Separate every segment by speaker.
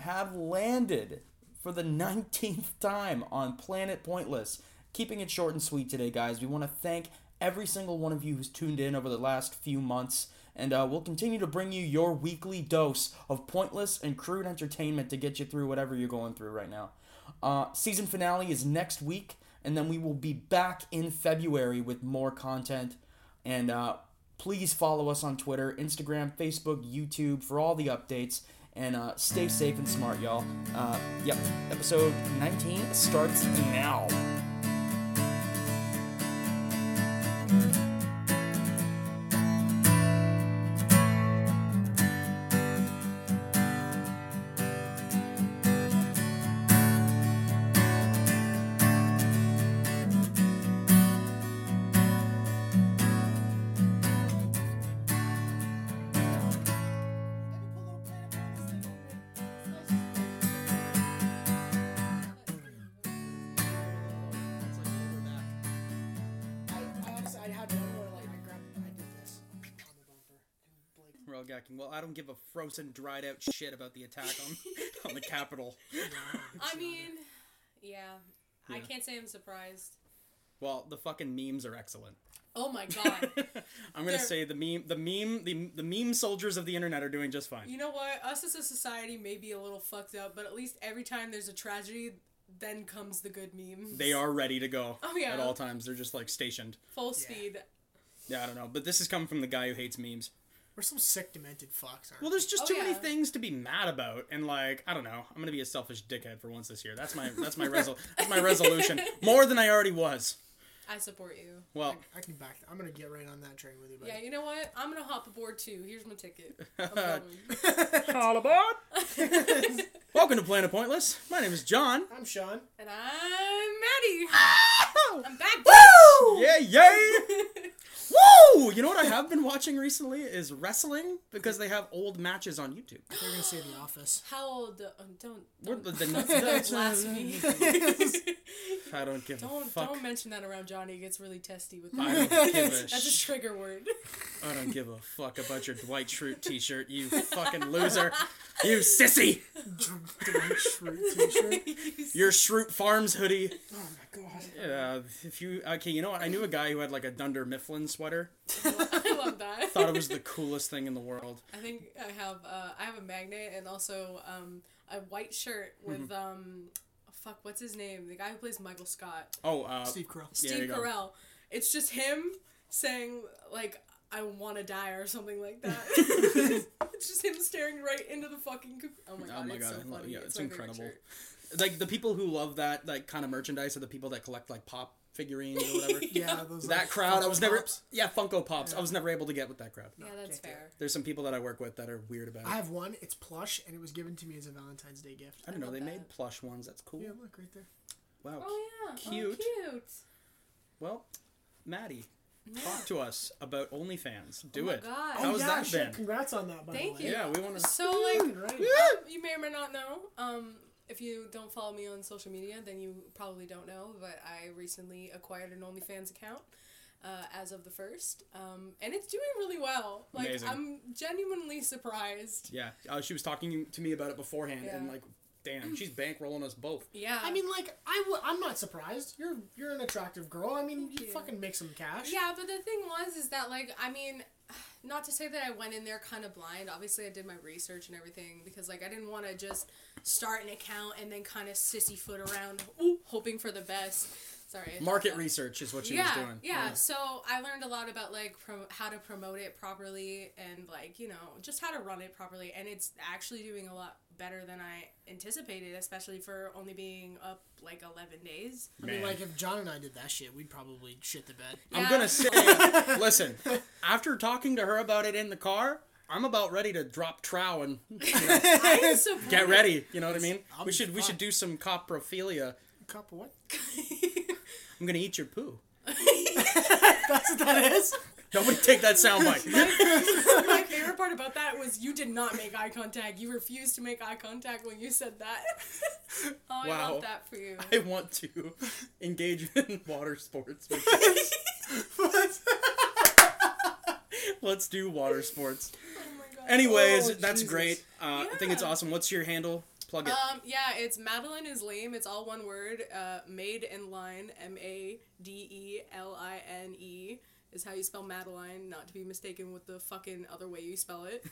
Speaker 1: have landed for the 19th time on Planet Pointless. Keeping it short and sweet today, guys. We want to thank every single one of you who's tuned in over the last few months, and uh, we'll continue to bring you your weekly dose of pointless and crude entertainment to get you through whatever you're going through right now. Uh, season finale is next week, and then we will be back in February with more content. And uh, please follow us on Twitter, Instagram, Facebook, YouTube for all the updates. And uh, stay safe and smart, y'all. Uh, yep, episode 19 starts now.
Speaker 2: I, I honestly, I had one where like I grabbed, I did this on the bumper. And Blake,
Speaker 3: We're all gacking. Well, I don't give a frozen, dried out shit about the attack on, on the Capitol.
Speaker 4: I mean, yeah. I can't say I'm surprised.
Speaker 3: Well, the fucking memes are excellent.
Speaker 4: Oh my god.
Speaker 3: I'm gonna
Speaker 4: They're-
Speaker 3: say the meme, the meme, the, the meme soldiers of the internet are doing just fine.
Speaker 4: you know what? Us as a society may be a little fucked up, but at least every time there's a tragedy, then comes the good memes.
Speaker 3: They are ready to go
Speaker 4: Oh, yeah.
Speaker 3: at all times. They're just like stationed.
Speaker 4: Full speed.
Speaker 3: Yeah, I don't know, but this is coming from the guy who hates memes.
Speaker 2: we're some sick, demented fucks, aren't
Speaker 3: Well, there's just
Speaker 4: Oh,
Speaker 3: too many
Speaker 4: yeah.
Speaker 3: things to be mad about, and like I don't know, I'm gonna be a selfish dickhead for once this year. That's my that's my resol- that's my resolution. More than I already was.
Speaker 4: I support you.
Speaker 3: Well,
Speaker 2: we? I can back. I'm gonna get right on that train with you, buddy.
Speaker 4: Yeah, you know what? I'm gonna hop aboard too. Here's my ticket. I'm going.
Speaker 3: all aboard! Welcome to Planet Pointless. My name is John.
Speaker 2: I'm Sean.
Speaker 4: and I'm Maddie. I'm back.
Speaker 3: Yeah, yay! Woo! You know what I have been watching recently is wrestling because they have old matches on YouTube.
Speaker 2: They're gonna say The Office.
Speaker 4: How old? Uh, don't
Speaker 3: What
Speaker 4: don't,
Speaker 3: the-
Speaker 4: don't,
Speaker 3: the-
Speaker 4: blaspheme.
Speaker 3: I don't give a
Speaker 4: don't
Speaker 3: fuck.
Speaker 4: don't mention that around Johnny. He gets really testy with
Speaker 3: I
Speaker 4: that.
Speaker 3: don't give a
Speaker 4: That's a
Speaker 3: sh-
Speaker 4: trigger word.
Speaker 3: I don't give a fuck about your Dwight Schrute t-shirt, you fucking loser. You sissy.
Speaker 2: Dwight Schrute T-shirt.
Speaker 3: Your Schrute Farms hoodie.
Speaker 2: Oh my god.
Speaker 3: Uh, if you okay, you know what? I knew a guy who had like a Dunder Mifflin sweater.
Speaker 4: I love that.
Speaker 3: Thought it was the coolest thing in the world.
Speaker 4: I think I have uh, I have a magnet and also um, a white shirt with
Speaker 3: Mm-hmm.
Speaker 4: um oh, fuck what's his name the guy who plays Michael Scott
Speaker 3: Oh, uh,
Speaker 2: Steve Carell.
Speaker 3: Yeah,
Speaker 4: Steve
Speaker 3: there you go.
Speaker 4: Carell. It's just him saying like I want to die or something like that. it's just him staring right into the fucking. co- Oh my god!
Speaker 3: my
Speaker 4: it's
Speaker 3: God, I
Speaker 4: so
Speaker 3: love-
Speaker 4: funny.
Speaker 3: yeah,
Speaker 4: it's,
Speaker 3: it's
Speaker 4: my favorite
Speaker 3: incredible.
Speaker 4: shirt.
Speaker 3: like the people who love that like kind of merchandise are the people that collect like pop figurines or whatever.
Speaker 2: Yeah, those
Speaker 3: that
Speaker 2: like,
Speaker 3: crowd
Speaker 2: Funko
Speaker 3: i was never
Speaker 2: Pops.
Speaker 3: yeah funko pops i was never able to get with that crowd
Speaker 4: Yeah, that's
Speaker 2: can't do
Speaker 4: fair.
Speaker 3: there's some people that i work with that are weird about it
Speaker 2: I
Speaker 3: i,
Speaker 2: have one. It's plush, and it was given to me as a Valentine's Day gift.
Speaker 3: don't know
Speaker 4: love
Speaker 3: they
Speaker 4: that.
Speaker 3: made plush ones that's cool
Speaker 2: Yeah, look right there.
Speaker 3: wow
Speaker 4: Oh yeah,
Speaker 3: Cute.
Speaker 4: Oh, cute.
Speaker 3: well maddie talk to us about onlyfans do
Speaker 4: Oh my
Speaker 3: it
Speaker 4: God.
Speaker 3: how's
Speaker 2: Oh, yeah,
Speaker 3: that
Speaker 2: shit,
Speaker 3: been
Speaker 2: Congrats on that, by
Speaker 4: Thank
Speaker 2: the
Speaker 4: you.
Speaker 2: way.
Speaker 3: yeah we want to
Speaker 4: So like
Speaker 2: Right.
Speaker 4: you may or may not know. Um, if you don't follow me on social media, then you probably don't know. But I recently acquired an OnlyFans account uh, as of the first, um, and it's doing really well. Like
Speaker 3: Amazing.
Speaker 4: I'm genuinely surprised.
Speaker 3: yeah uh, she was talking to me about it beforehand and
Speaker 4: Yeah.
Speaker 3: like damn she's bankrolling us both
Speaker 4: Yeah.
Speaker 2: I mean, like, I w- I'm not surprised. You're you're an attractive girl. I mean, you,
Speaker 4: you.
Speaker 2: fucking make some cash.
Speaker 4: Yeah, but the thing was is that like I mean, not to say that I went in there kind of blind. Obviously, I did my research and everything because like I didn't want to just start an account and then kind of sissy foot around, ooh, hoping for the best. Sorry. I-
Speaker 3: market research is what she
Speaker 4: yeah,
Speaker 3: was doing
Speaker 4: yeah. So I learned a lot about like pro- how to promote it properly and like you know just how to run it properly, and it's actually doing a lot better than I anticipated, especially for only being up like eleven days.
Speaker 2: I mean,
Speaker 3: Man.
Speaker 2: like, if John and I did that shit, we'd probably shit the bed.
Speaker 3: I'm
Speaker 4: Yeah.
Speaker 3: gonna say, listen, after talking to her about it in the car, I'm about ready to drop trow and hmm,
Speaker 4: I am surprised.
Speaker 3: get ready. You know what I mean?
Speaker 2: I'll
Speaker 3: we
Speaker 2: be
Speaker 3: should we should
Speaker 2: fine.
Speaker 3: do some coprophilia.
Speaker 2: Cup of what?
Speaker 3: I'm gonna eat your poo.
Speaker 2: That's what that is.
Speaker 3: Nobody take that soundbite.
Speaker 4: My favorite part about that was you did not make eye contact. You refused to make eye contact when you said that. oh, I
Speaker 3: Wow.
Speaker 4: love that for you.
Speaker 3: I want to engage in water sports. Let's do water sports.
Speaker 4: Oh my god.
Speaker 3: Anyways,
Speaker 2: Oh,
Speaker 3: that's
Speaker 2: Jesus.
Speaker 3: great. Uh, I think it's
Speaker 4: Yeah.
Speaker 3: awesome. What's your handle? Plug it.
Speaker 4: Um, yeah, it's Madeline is lame. It's all one word. Uh, made and line. M A D E L I N E is how you spell Madeline, not to be mistaken with the fucking other way you spell it.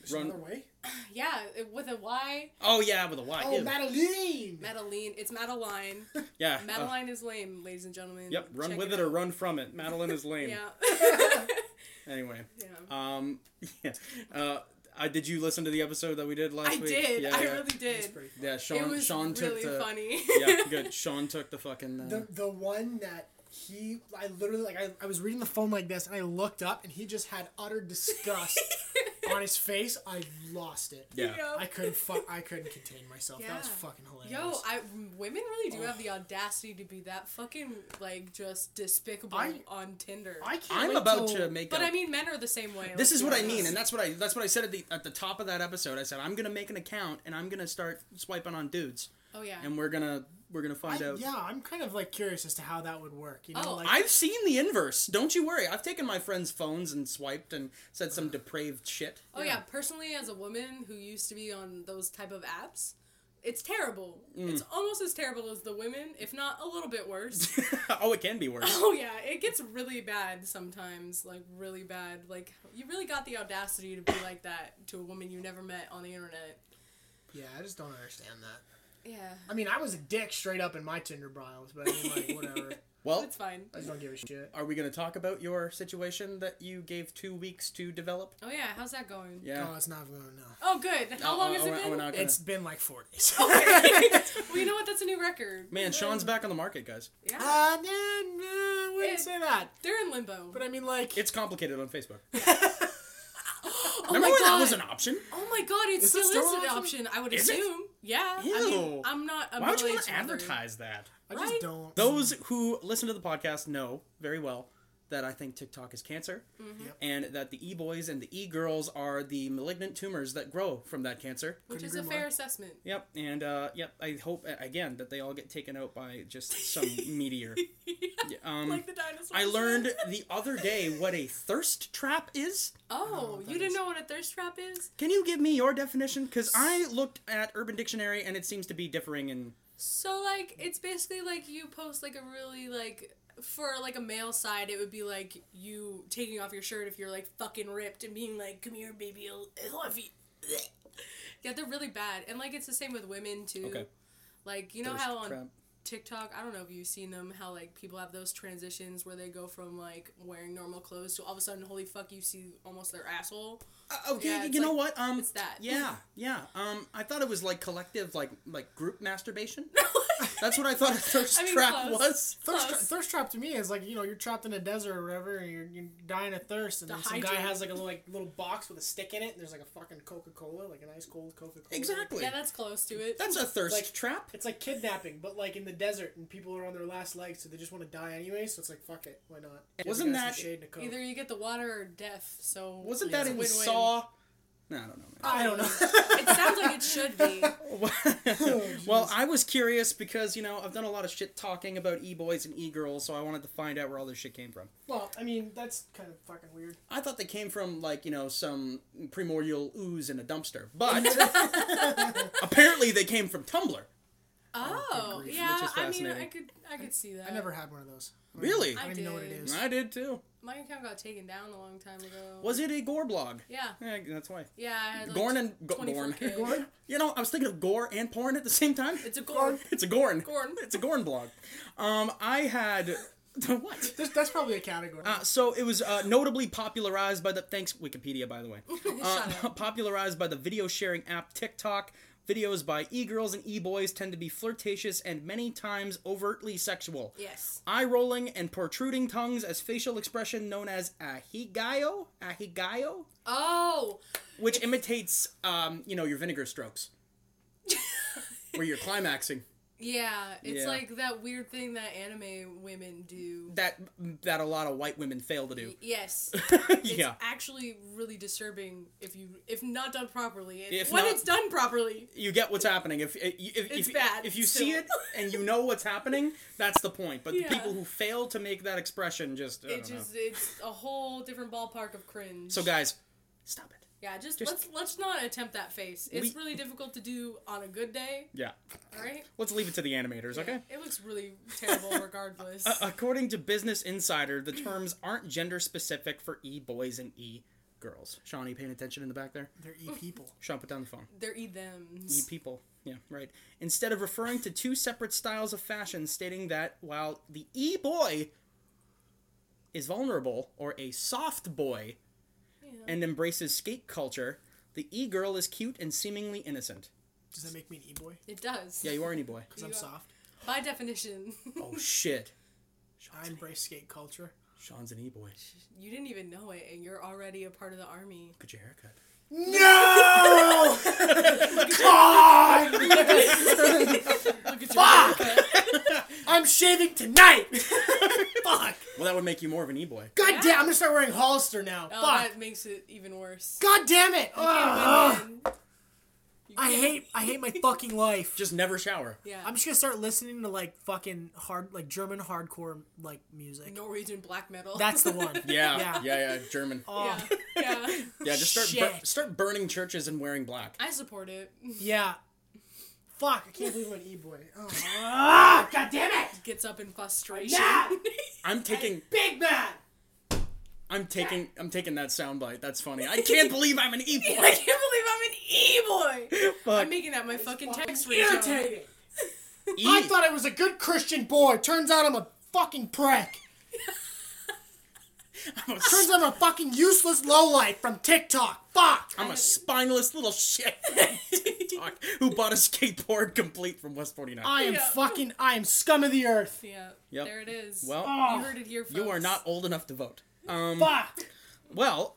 Speaker 2: There's
Speaker 3: Run-
Speaker 2: another way.
Speaker 4: yeah, it, with a Y.
Speaker 3: oh yeah, with a Y.
Speaker 2: Oh,
Speaker 3: ew.
Speaker 2: Madeline.
Speaker 4: Madeline. It's Madeline.
Speaker 3: yeah. uh,
Speaker 4: Madeline is lame, ladies and gentlemen.
Speaker 3: yep. Run
Speaker 4: Check
Speaker 3: with it,
Speaker 4: out.
Speaker 3: or run from it. Madeline is lame.
Speaker 4: Yeah.
Speaker 3: Anyway.
Speaker 4: yeah.
Speaker 3: Um. Yeah. Uh. I, did you listen to the episode that we did last
Speaker 4: I
Speaker 3: week?
Speaker 4: did.
Speaker 3: Yeah,
Speaker 4: I
Speaker 3: yeah.
Speaker 4: really
Speaker 2: It's
Speaker 4: did.
Speaker 2: pretty funny.
Speaker 3: Yeah, Sean.
Speaker 4: it was
Speaker 3: Sean took
Speaker 4: really
Speaker 3: the.
Speaker 4: funny.
Speaker 3: yeah, good. Sean took the fucking. Uh,
Speaker 2: The the one that he I literally like I, I was reading the phone like this and I looked up and he just had utter disgust on his face. I lost it.
Speaker 3: yeah.
Speaker 4: Yo.
Speaker 2: I couldn't fu- I couldn't contain myself. That was
Speaker 4: Yeah.
Speaker 2: fucking hilarious.
Speaker 4: Yo, I women really do have the audacity to be that fucking like just despicable
Speaker 2: I-
Speaker 4: on Tinder.
Speaker 2: I can't
Speaker 3: I'm
Speaker 2: wait
Speaker 3: about
Speaker 2: till-
Speaker 3: to make.
Speaker 4: but
Speaker 3: a-
Speaker 4: I mean, men are the same way.
Speaker 3: This
Speaker 4: like,
Speaker 3: is what I
Speaker 4: yeah.
Speaker 3: mean, and that's what I that's what I said at the at the top of that episode. I said I'm gonna make an account and I'm gonna start swiping on dudes,
Speaker 4: Oh yeah.
Speaker 3: and we're gonna we're gonna
Speaker 2: I-
Speaker 3: find out.
Speaker 2: yeah, I'm kind of like curious as to how that would work. You know,
Speaker 4: Oh,
Speaker 2: like
Speaker 3: I've seen the inverse. Don't you worry. I've taken my friends' phones and swiped and said some depraved shit.
Speaker 4: oh yeah. Personally, as a woman who used to be on those type of apps, it's terrible.
Speaker 3: Mm.
Speaker 4: It's almost as terrible as the women, if not a little bit worse.
Speaker 3: oh, it can be worse.
Speaker 4: oh yeah, it gets really bad sometimes. Like really bad. Like you really got the audacity to be like that to a woman you never met on the internet.
Speaker 2: yeah, I just don't understand that.
Speaker 4: Yeah.
Speaker 2: I mean, I was a dick straight up in my Tinder bios, but I mean, like whatever.
Speaker 3: Well,
Speaker 4: It's fine.
Speaker 2: I just don't give a shit.
Speaker 3: are we gonna talk about your situation that you gave two weeks to develop?
Speaker 4: Oh yeah, how's that going?
Speaker 3: Yeah.
Speaker 2: Oh, it's not going to know.
Speaker 4: Oh good. How
Speaker 3: Uh,
Speaker 4: long
Speaker 3: uh,
Speaker 4: has it
Speaker 3: we're-
Speaker 4: been?
Speaker 3: we're not gonna-
Speaker 2: It's been like four days.
Speaker 4: Well, you know what? That's a new record.
Speaker 3: Man, Sean's back on the market, guys.
Speaker 4: Yeah.
Speaker 2: Uh, no, no, I wouldn't
Speaker 4: It-
Speaker 2: say that.
Speaker 4: They're in limbo.
Speaker 2: But I mean, like,
Speaker 3: It's complicated on Facebook.
Speaker 4: oh
Speaker 3: Remember
Speaker 4: my
Speaker 3: when
Speaker 4: god.
Speaker 3: that was an option?
Speaker 4: oh my god, it
Speaker 2: Is
Speaker 4: still
Speaker 2: it
Speaker 4: is
Speaker 2: still an
Speaker 4: an
Speaker 2: option?
Speaker 4: option. I would
Speaker 3: Is it?
Speaker 4: assume. Yeah. I
Speaker 3: Ew.
Speaker 4: mean, I'm not. A
Speaker 3: Why would you
Speaker 4: middle-aged
Speaker 3: want to
Speaker 4: mother.
Speaker 3: advertise that?
Speaker 2: I just
Speaker 4: right?
Speaker 2: don't.
Speaker 3: Those who listen to the podcast know very well that I think TikTok is cancer,
Speaker 2: Yep.
Speaker 3: and that the e boys and the e girls are the malignant tumors that grow from that cancer.
Speaker 4: Which
Speaker 2: Couldn't
Speaker 4: is a
Speaker 2: agree
Speaker 4: fair
Speaker 2: more.
Speaker 4: assessment.
Speaker 3: Yep, and uh, yep. I hope uh, again that they all get taken out by just some meteor. Yeah, Um,
Speaker 4: Like the dinosaurs.
Speaker 3: I learned the other day what a thirst trap is.
Speaker 4: Oh, you didn't know what a thirst trap is?
Speaker 3: Can you give me your definition? Because I looked at Urban Dictionary and it seems to be differing in.
Speaker 4: So like, it's basically like you post like a really like. For like a male side, it would be like you taking off your shirt if you're like fucking ripped and being like, "Come here, baby, I'll, I'll have you." Yeah, they're really bad, and like it's the same with women too.
Speaker 3: Okay.
Speaker 4: Like you know
Speaker 3: thirst
Speaker 4: how on
Speaker 3: trap.
Speaker 4: TikTok, I don't know if you've seen them, how like people have those transitions where they go from like wearing normal clothes to all of a sudden, holy fuck, you see almost their asshole.
Speaker 3: Uh, okay,
Speaker 4: Yeah,
Speaker 3: you
Speaker 4: it's
Speaker 3: know
Speaker 4: like-
Speaker 3: what? Um,
Speaker 4: it's that.
Speaker 3: Yeah, yeah. Um, I thought it was like collective, like like group masturbation. That's what I thought a thirst
Speaker 4: I mean,
Speaker 3: trap
Speaker 4: close.
Speaker 3: was.
Speaker 2: Thirst, tra-
Speaker 4: Close.
Speaker 2: thirst trap to me is like you know you're trapped in a desert or whatever and you're, you're dying of thirst and then some guy
Speaker 4: Dehydrated.
Speaker 2: has like a little, like little box with a stick in it and there's like a fucking Coca Cola like an ice cold Coca Cola
Speaker 3: Exactly.
Speaker 4: Yeah, that's close to it.
Speaker 3: That's a thirst
Speaker 2: Like-
Speaker 3: trap.
Speaker 2: it's like kidnapping but like in the desert and people are on their last legs so they just want to die anyway so it's like fuck it why not Give the
Speaker 3: Wasn't
Speaker 2: guy some
Speaker 3: that-
Speaker 2: shade and a Coke.
Speaker 4: Either you get the water or death. So
Speaker 3: Wasn't
Speaker 4: it's
Speaker 3: that
Speaker 4: a
Speaker 3: in
Speaker 4: win-win.
Speaker 3: Saw? No, I don't know. Man.
Speaker 2: I don't know
Speaker 4: It sounds like it should be. Oh,
Speaker 3: well, I was curious because you know I've done a lot of shit talking about e boys and e girls, so I wanted to find out where all this shit came from.
Speaker 2: well I mean that's kind of fucking weird
Speaker 3: I thought they came from like you know some primordial ooze in a dumpster, but apparently they came from Tumblr.
Speaker 4: Oh,
Speaker 2: grief,
Speaker 4: yeah.
Speaker 3: which is
Speaker 4: I mean, I
Speaker 3: fascinating.
Speaker 4: could, I could see that.
Speaker 2: I never had one of those
Speaker 3: Really?
Speaker 2: I don't
Speaker 4: Uh, I
Speaker 2: even know what it
Speaker 4: did.
Speaker 2: is
Speaker 3: I did too.
Speaker 4: My account got taken down a long time ago.
Speaker 3: Was it a gore blog?
Speaker 4: Yeah.
Speaker 3: Yeah, that's why.
Speaker 4: Yeah. I had like
Speaker 3: Gorn and go-
Speaker 4: 24K.
Speaker 3: Gorn. You know, I was thinking of gore and porn at the same time.
Speaker 4: It's a gorn.
Speaker 3: It's a Gorn.
Speaker 4: Gorn.
Speaker 3: It's a Gorn blog. Um, I had what?
Speaker 2: There's, that's probably a category
Speaker 3: Uh, so it was uh, notably popularized by the thanks Wikipedia, by the way. Uh, popularized by the video sharing app TikTok. Videos by e-girls and e-boys tend to be flirtatious and many times overtly sexual.
Speaker 4: Yes.
Speaker 3: Eye rolling and protruding tongues as facial expression known as ahigayo, ahigayo,
Speaker 4: Oh.
Speaker 3: which imitates, um, you know, your vinegar strokes, where you're climaxing.
Speaker 4: Yeah, it's
Speaker 3: Yeah.
Speaker 4: like that weird thing that anime women do.
Speaker 3: that that a lot of white women fail to do.
Speaker 4: Yes, it's
Speaker 3: yeah.
Speaker 4: actually really disturbing if you if not done properly. It-
Speaker 3: If
Speaker 4: when
Speaker 3: not-
Speaker 4: it's done properly,
Speaker 3: You get what's happening. If if if,
Speaker 4: It's
Speaker 3: if,
Speaker 4: bad,
Speaker 3: if you
Speaker 4: still.
Speaker 3: see it and you know what's happening, that's the point. But
Speaker 4: Yeah.
Speaker 3: the people who fail to make that expression just I
Speaker 4: it
Speaker 3: don't know.
Speaker 4: just it's a whole different ballpark of cringe.
Speaker 3: So guys, stop it.
Speaker 4: Yeah, just,
Speaker 3: Just-
Speaker 4: let's let's not attempt that face. It's
Speaker 3: We-
Speaker 4: really difficult to do on a good day,
Speaker 3: Yeah.
Speaker 4: all right?
Speaker 3: Let's leave it to the animators, okay?
Speaker 4: It looks really terrible regardless.
Speaker 3: Uh, according to Business Insider, the terms aren't gender specific for e boys and e girls. Sean, are you paying attention in the back there?
Speaker 2: They're e people.
Speaker 3: Sean, put down the phone.
Speaker 4: They're e thems.
Speaker 3: E people. Yeah, right. Instead of referring to two separate styles of fashion, stating that while the e boy is vulnerable or a soft boy and embraces skate culture, the e girl is cute and seemingly innocent.
Speaker 2: Does that make me an e boy?
Speaker 4: It does.
Speaker 3: Yeah, you are an e boy.
Speaker 2: Because I'm
Speaker 4: You are-
Speaker 2: soft.
Speaker 4: By definition.
Speaker 3: Oh, shit.
Speaker 2: I embrace skate culture.
Speaker 3: Sean's an e boy.
Speaker 4: you didn't even know it and you're already a part of the army.
Speaker 3: Look at your haircut.
Speaker 2: No! God!
Speaker 4: Look at your haircut.
Speaker 2: I'm shaving tonight! Fuck!
Speaker 3: Well, that would make you more of an e boy.
Speaker 2: God damn, I'm gonna start wearing Hollister now.
Speaker 4: Oh,
Speaker 2: Fuck!
Speaker 4: that makes it even worse.
Speaker 2: God damn it! Ugh.
Speaker 4: And then- You
Speaker 2: I
Speaker 4: can't-
Speaker 2: hate I hate my fucking life.
Speaker 3: Just never shower.
Speaker 4: Yeah.
Speaker 2: I'm just gonna start listening to like fucking hard like German hardcore like music.
Speaker 4: Norwegian black metal.
Speaker 2: That's the one.
Speaker 3: Yeah, yeah,
Speaker 2: Yeah.
Speaker 3: yeah, German.
Speaker 2: Oh,
Speaker 4: yeah.
Speaker 2: yeah.
Speaker 4: yeah.
Speaker 3: Yeah, just start
Speaker 2: Shit.
Speaker 3: bur- start burning churches and wearing black.
Speaker 4: I support it.
Speaker 2: Fuck, I can't believe I'm an e boy. Oh. Ah, God damn it!
Speaker 4: Gets up in frustration.
Speaker 2: Yeah!
Speaker 3: I'm taking,
Speaker 2: Big man!
Speaker 3: I'm taking, I'm taking that soundbite. That's funny. I can't believe I'm an e
Speaker 4: I
Speaker 3: boy.
Speaker 4: can't believe I'm an e boy.
Speaker 3: Fuck.
Speaker 4: I'm making that my fucking text E. ringtone.
Speaker 2: Irritating! I thought I was a good Christian boy. Turns out I'm a fucking prick.
Speaker 3: I'm a,
Speaker 2: Turns out I'm a fucking useless lowlife from TikTok. Fuck!
Speaker 3: I'm a spineless little shit Fuck, who bought a skateboard complete from West 49.
Speaker 2: I am
Speaker 4: Yeah.
Speaker 2: fucking I am scum of the earth.
Speaker 4: Yeah.
Speaker 3: Yep.
Speaker 4: There it is.
Speaker 3: Well,
Speaker 2: Oh.
Speaker 4: you heard it here first.
Speaker 3: you are not old enough to vote.
Speaker 4: Um,
Speaker 2: Fuck!
Speaker 3: Well,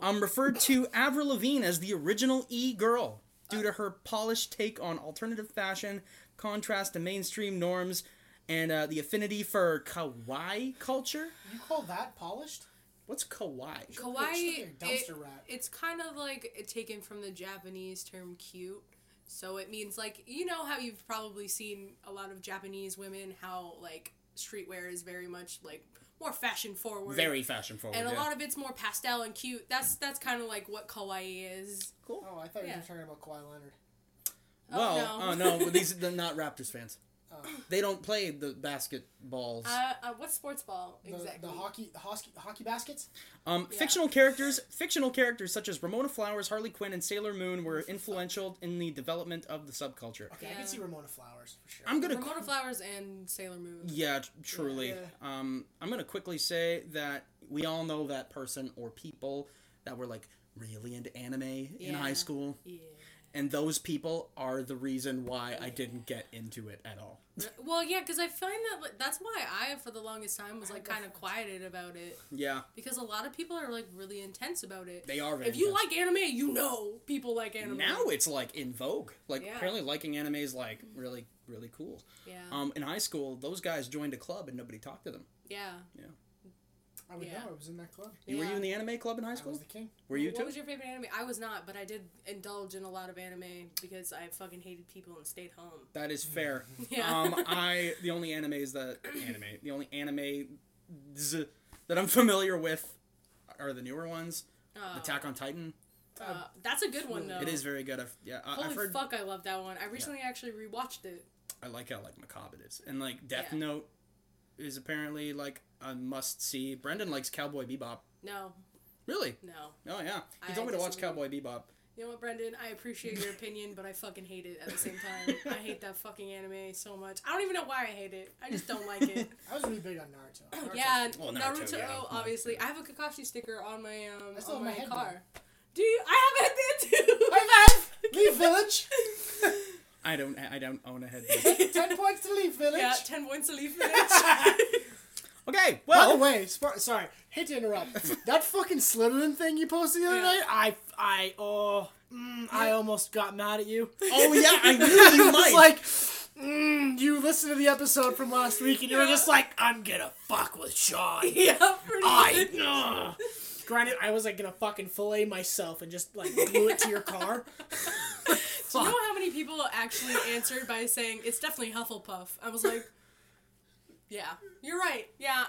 Speaker 3: I'm referred to Avril Lavigne as the original E girl due to her polished take on alternative fashion, contrast to mainstream norms, and uh, the affinity for kawaii culture.
Speaker 2: You call that polished?
Speaker 3: What's kawaii?
Speaker 4: Kawaii.
Speaker 2: It's like a dumpster
Speaker 4: it-
Speaker 2: rat.
Speaker 4: It's kind of like it taken from the Japanese term cute. So it means like you know how you've probably seen a lot of Japanese women how like streetwear is very much like more fashion forward.
Speaker 3: Very fashion forward.
Speaker 4: And a
Speaker 3: yeah.
Speaker 4: lot of it's more pastel and cute. That's that's kind of like what kawaii is.
Speaker 2: Oh, I thought you
Speaker 4: Yeah.
Speaker 2: were talking about Kawhi Leonard.
Speaker 4: Oh,
Speaker 3: well,
Speaker 4: no. Oh.
Speaker 3: oh no, but these are not Raptors fans. They don't play the basketballs.
Speaker 4: Uh, uh, what sports ball
Speaker 2: The,
Speaker 4: exactly?
Speaker 2: the hockey, hockey hockey baskets?
Speaker 3: Um, Fictional characters, fictional characters such as Ramona Flowers, Harley Quinn, and Sailor Moon were influential in the development of the subculture.
Speaker 2: Okay, I
Speaker 4: Yeah.
Speaker 2: can see Ramona Flowers for sure.
Speaker 3: I'm gonna,
Speaker 4: Ramona Flowers and Sailor Moon.
Speaker 3: yeah, tr- truly.
Speaker 2: Yeah.
Speaker 3: Um, I'm gonna quickly say that we all know that person or people that were like really into anime in high
Speaker 4: Yeah.
Speaker 3: school,
Speaker 4: Yeah.
Speaker 3: and those people are the reason why I didn't get into it at all.
Speaker 4: Well, yeah, because I find that like, that's why I, for the longest time, was like kind of quieted about it
Speaker 3: Yeah,
Speaker 4: because a lot of people are like really intense about it.
Speaker 3: they are. Very
Speaker 4: if you
Speaker 3: intense.
Speaker 4: like anime, you know people like anime.
Speaker 3: now it's like in vogue. Like
Speaker 4: Yeah. Uh-huh.
Speaker 3: apparently liking anime is like really really cool.
Speaker 4: yeah,
Speaker 3: Um, in high school, those guys joined a club and nobody talked to them.
Speaker 4: yeah.
Speaker 2: I would
Speaker 4: yeah.
Speaker 2: know. I was in that club.
Speaker 3: You Were
Speaker 4: Yeah.
Speaker 3: you in the anime club in high
Speaker 2: I was
Speaker 3: school?
Speaker 2: the king.
Speaker 3: Were you
Speaker 4: what
Speaker 3: too?
Speaker 4: was your favorite anime? I was not, but I did indulge in a lot of anime because I fucking hated people and stayed home.
Speaker 3: That is fair.
Speaker 4: Yeah.
Speaker 3: Um, I the only anime is that anime. The only anime z- that I'm familiar with are the newer ones.
Speaker 4: Uh,
Speaker 3: Attack on Titan.
Speaker 4: uh, that's a good one though.
Speaker 3: It is very good. I've, yeah, I,
Speaker 4: Holy
Speaker 3: I've heard.
Speaker 4: fuck, I love that one. I recently actually rewatched it.
Speaker 3: I like how like macabre it is, and like Death
Speaker 4: Yeah.
Speaker 3: Note is apparently like a must see. Brendan likes Cowboy Bebop.
Speaker 4: No,
Speaker 3: Really?
Speaker 4: no.
Speaker 3: Oh yeah. He
Speaker 4: I
Speaker 3: told me to watch
Speaker 4: disagree.
Speaker 3: Cowboy Bebop.
Speaker 4: You know what, Brendan? I appreciate your opinion, but I fucking hate it at the same time. I hate that fucking anime so much. I don't even know why I hate it. I just don't like it.
Speaker 2: I was really big on Naruto. Naruto.
Speaker 4: yeah,
Speaker 3: Well, Naruto,
Speaker 4: Naruto, oh,
Speaker 3: yeah.
Speaker 4: obviously. I have a Kakashi sticker on my um
Speaker 2: I still
Speaker 4: on
Speaker 2: have my
Speaker 4: my,
Speaker 2: headband.
Speaker 4: car. Do you? I have a headband too.
Speaker 2: Leave Village.
Speaker 3: I don't. I don't own a headband.
Speaker 2: Ten points to Leave Village.
Speaker 4: yeah, ten points to leave it.
Speaker 3: okay.
Speaker 2: By
Speaker 3: Well.
Speaker 2: the way, sp- sorry, hate to interrupt. that fucking Slytherin thing you posted the other
Speaker 4: Yeah.
Speaker 2: night, I, I, oh, mm, I almost got mad at you.
Speaker 3: Oh yeah, I knew you
Speaker 2: It was
Speaker 3: might.
Speaker 2: like, mm, you listened to the episode from last week, and you were just like, I'm gonna fuck with Sean.
Speaker 4: yeah, pretty
Speaker 2: I,
Speaker 4: much.
Speaker 2: ugh. Granted, I was like gonna fucking fillet myself and just like glue it to your car.
Speaker 4: Do you know how many people actually answered by saying it's definitely Hufflepuff? I was like, yeah, you're right. Yeah,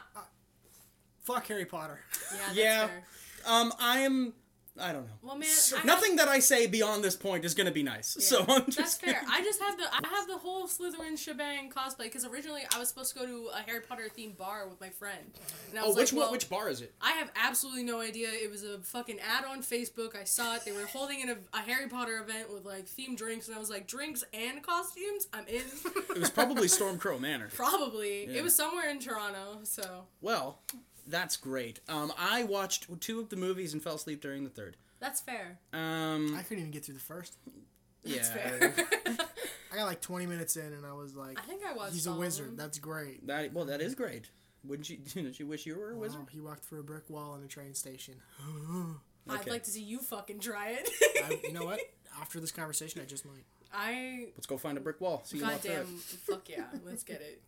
Speaker 2: Fuck Harry Potter.
Speaker 4: yeah, that's
Speaker 3: Yeah.
Speaker 4: fair.
Speaker 3: Um, I am I don't know.
Speaker 4: Well, man, I have-
Speaker 3: Nothing that I say beyond this point is going to be nice. So I'm just
Speaker 4: That's fair. I just have the I have the whole Slytherin shebang cosplay because originally I was supposed to go to a Harry Potter themed bar with my friend. And I
Speaker 3: Oh,
Speaker 4: was
Speaker 3: which
Speaker 4: like,
Speaker 3: one?
Speaker 4: well,
Speaker 3: which bar is it?
Speaker 4: I have absolutely no idea. It was a fucking ad on Facebook. I saw it. They were holding in a, a Harry Potter event with like themed drinks, and I was like, drinks and costumes. I'm in.
Speaker 3: It was probably Stormcrow Manor.
Speaker 4: Probably
Speaker 3: Yeah.
Speaker 4: it was somewhere in Toronto. So
Speaker 3: Well, that's great. Um, I watched two of the movies and fell asleep during the third.
Speaker 4: that's fair.
Speaker 3: Um,
Speaker 2: I couldn't even get through the first.
Speaker 3: yeah,
Speaker 4: That's fair.
Speaker 2: I got like 20 minutes in, and I was like,
Speaker 4: I think I watched.
Speaker 2: "He's a
Speaker 4: all of
Speaker 2: wizard.
Speaker 4: them.
Speaker 2: That's great."
Speaker 3: that well, that is great. Wouldn't you? Didn't you wish you were a wizard?
Speaker 4: Oh.
Speaker 2: Wow, Oh, he walked through a brick wall in a train station.
Speaker 4: I'd
Speaker 3: okay.
Speaker 4: like to see you fucking try it.
Speaker 2: I, you know what? After this conversation, I just might.
Speaker 4: I
Speaker 3: Let's go find a brick wall. See you left there.
Speaker 4: goddamn fuck yeah. Let's get it.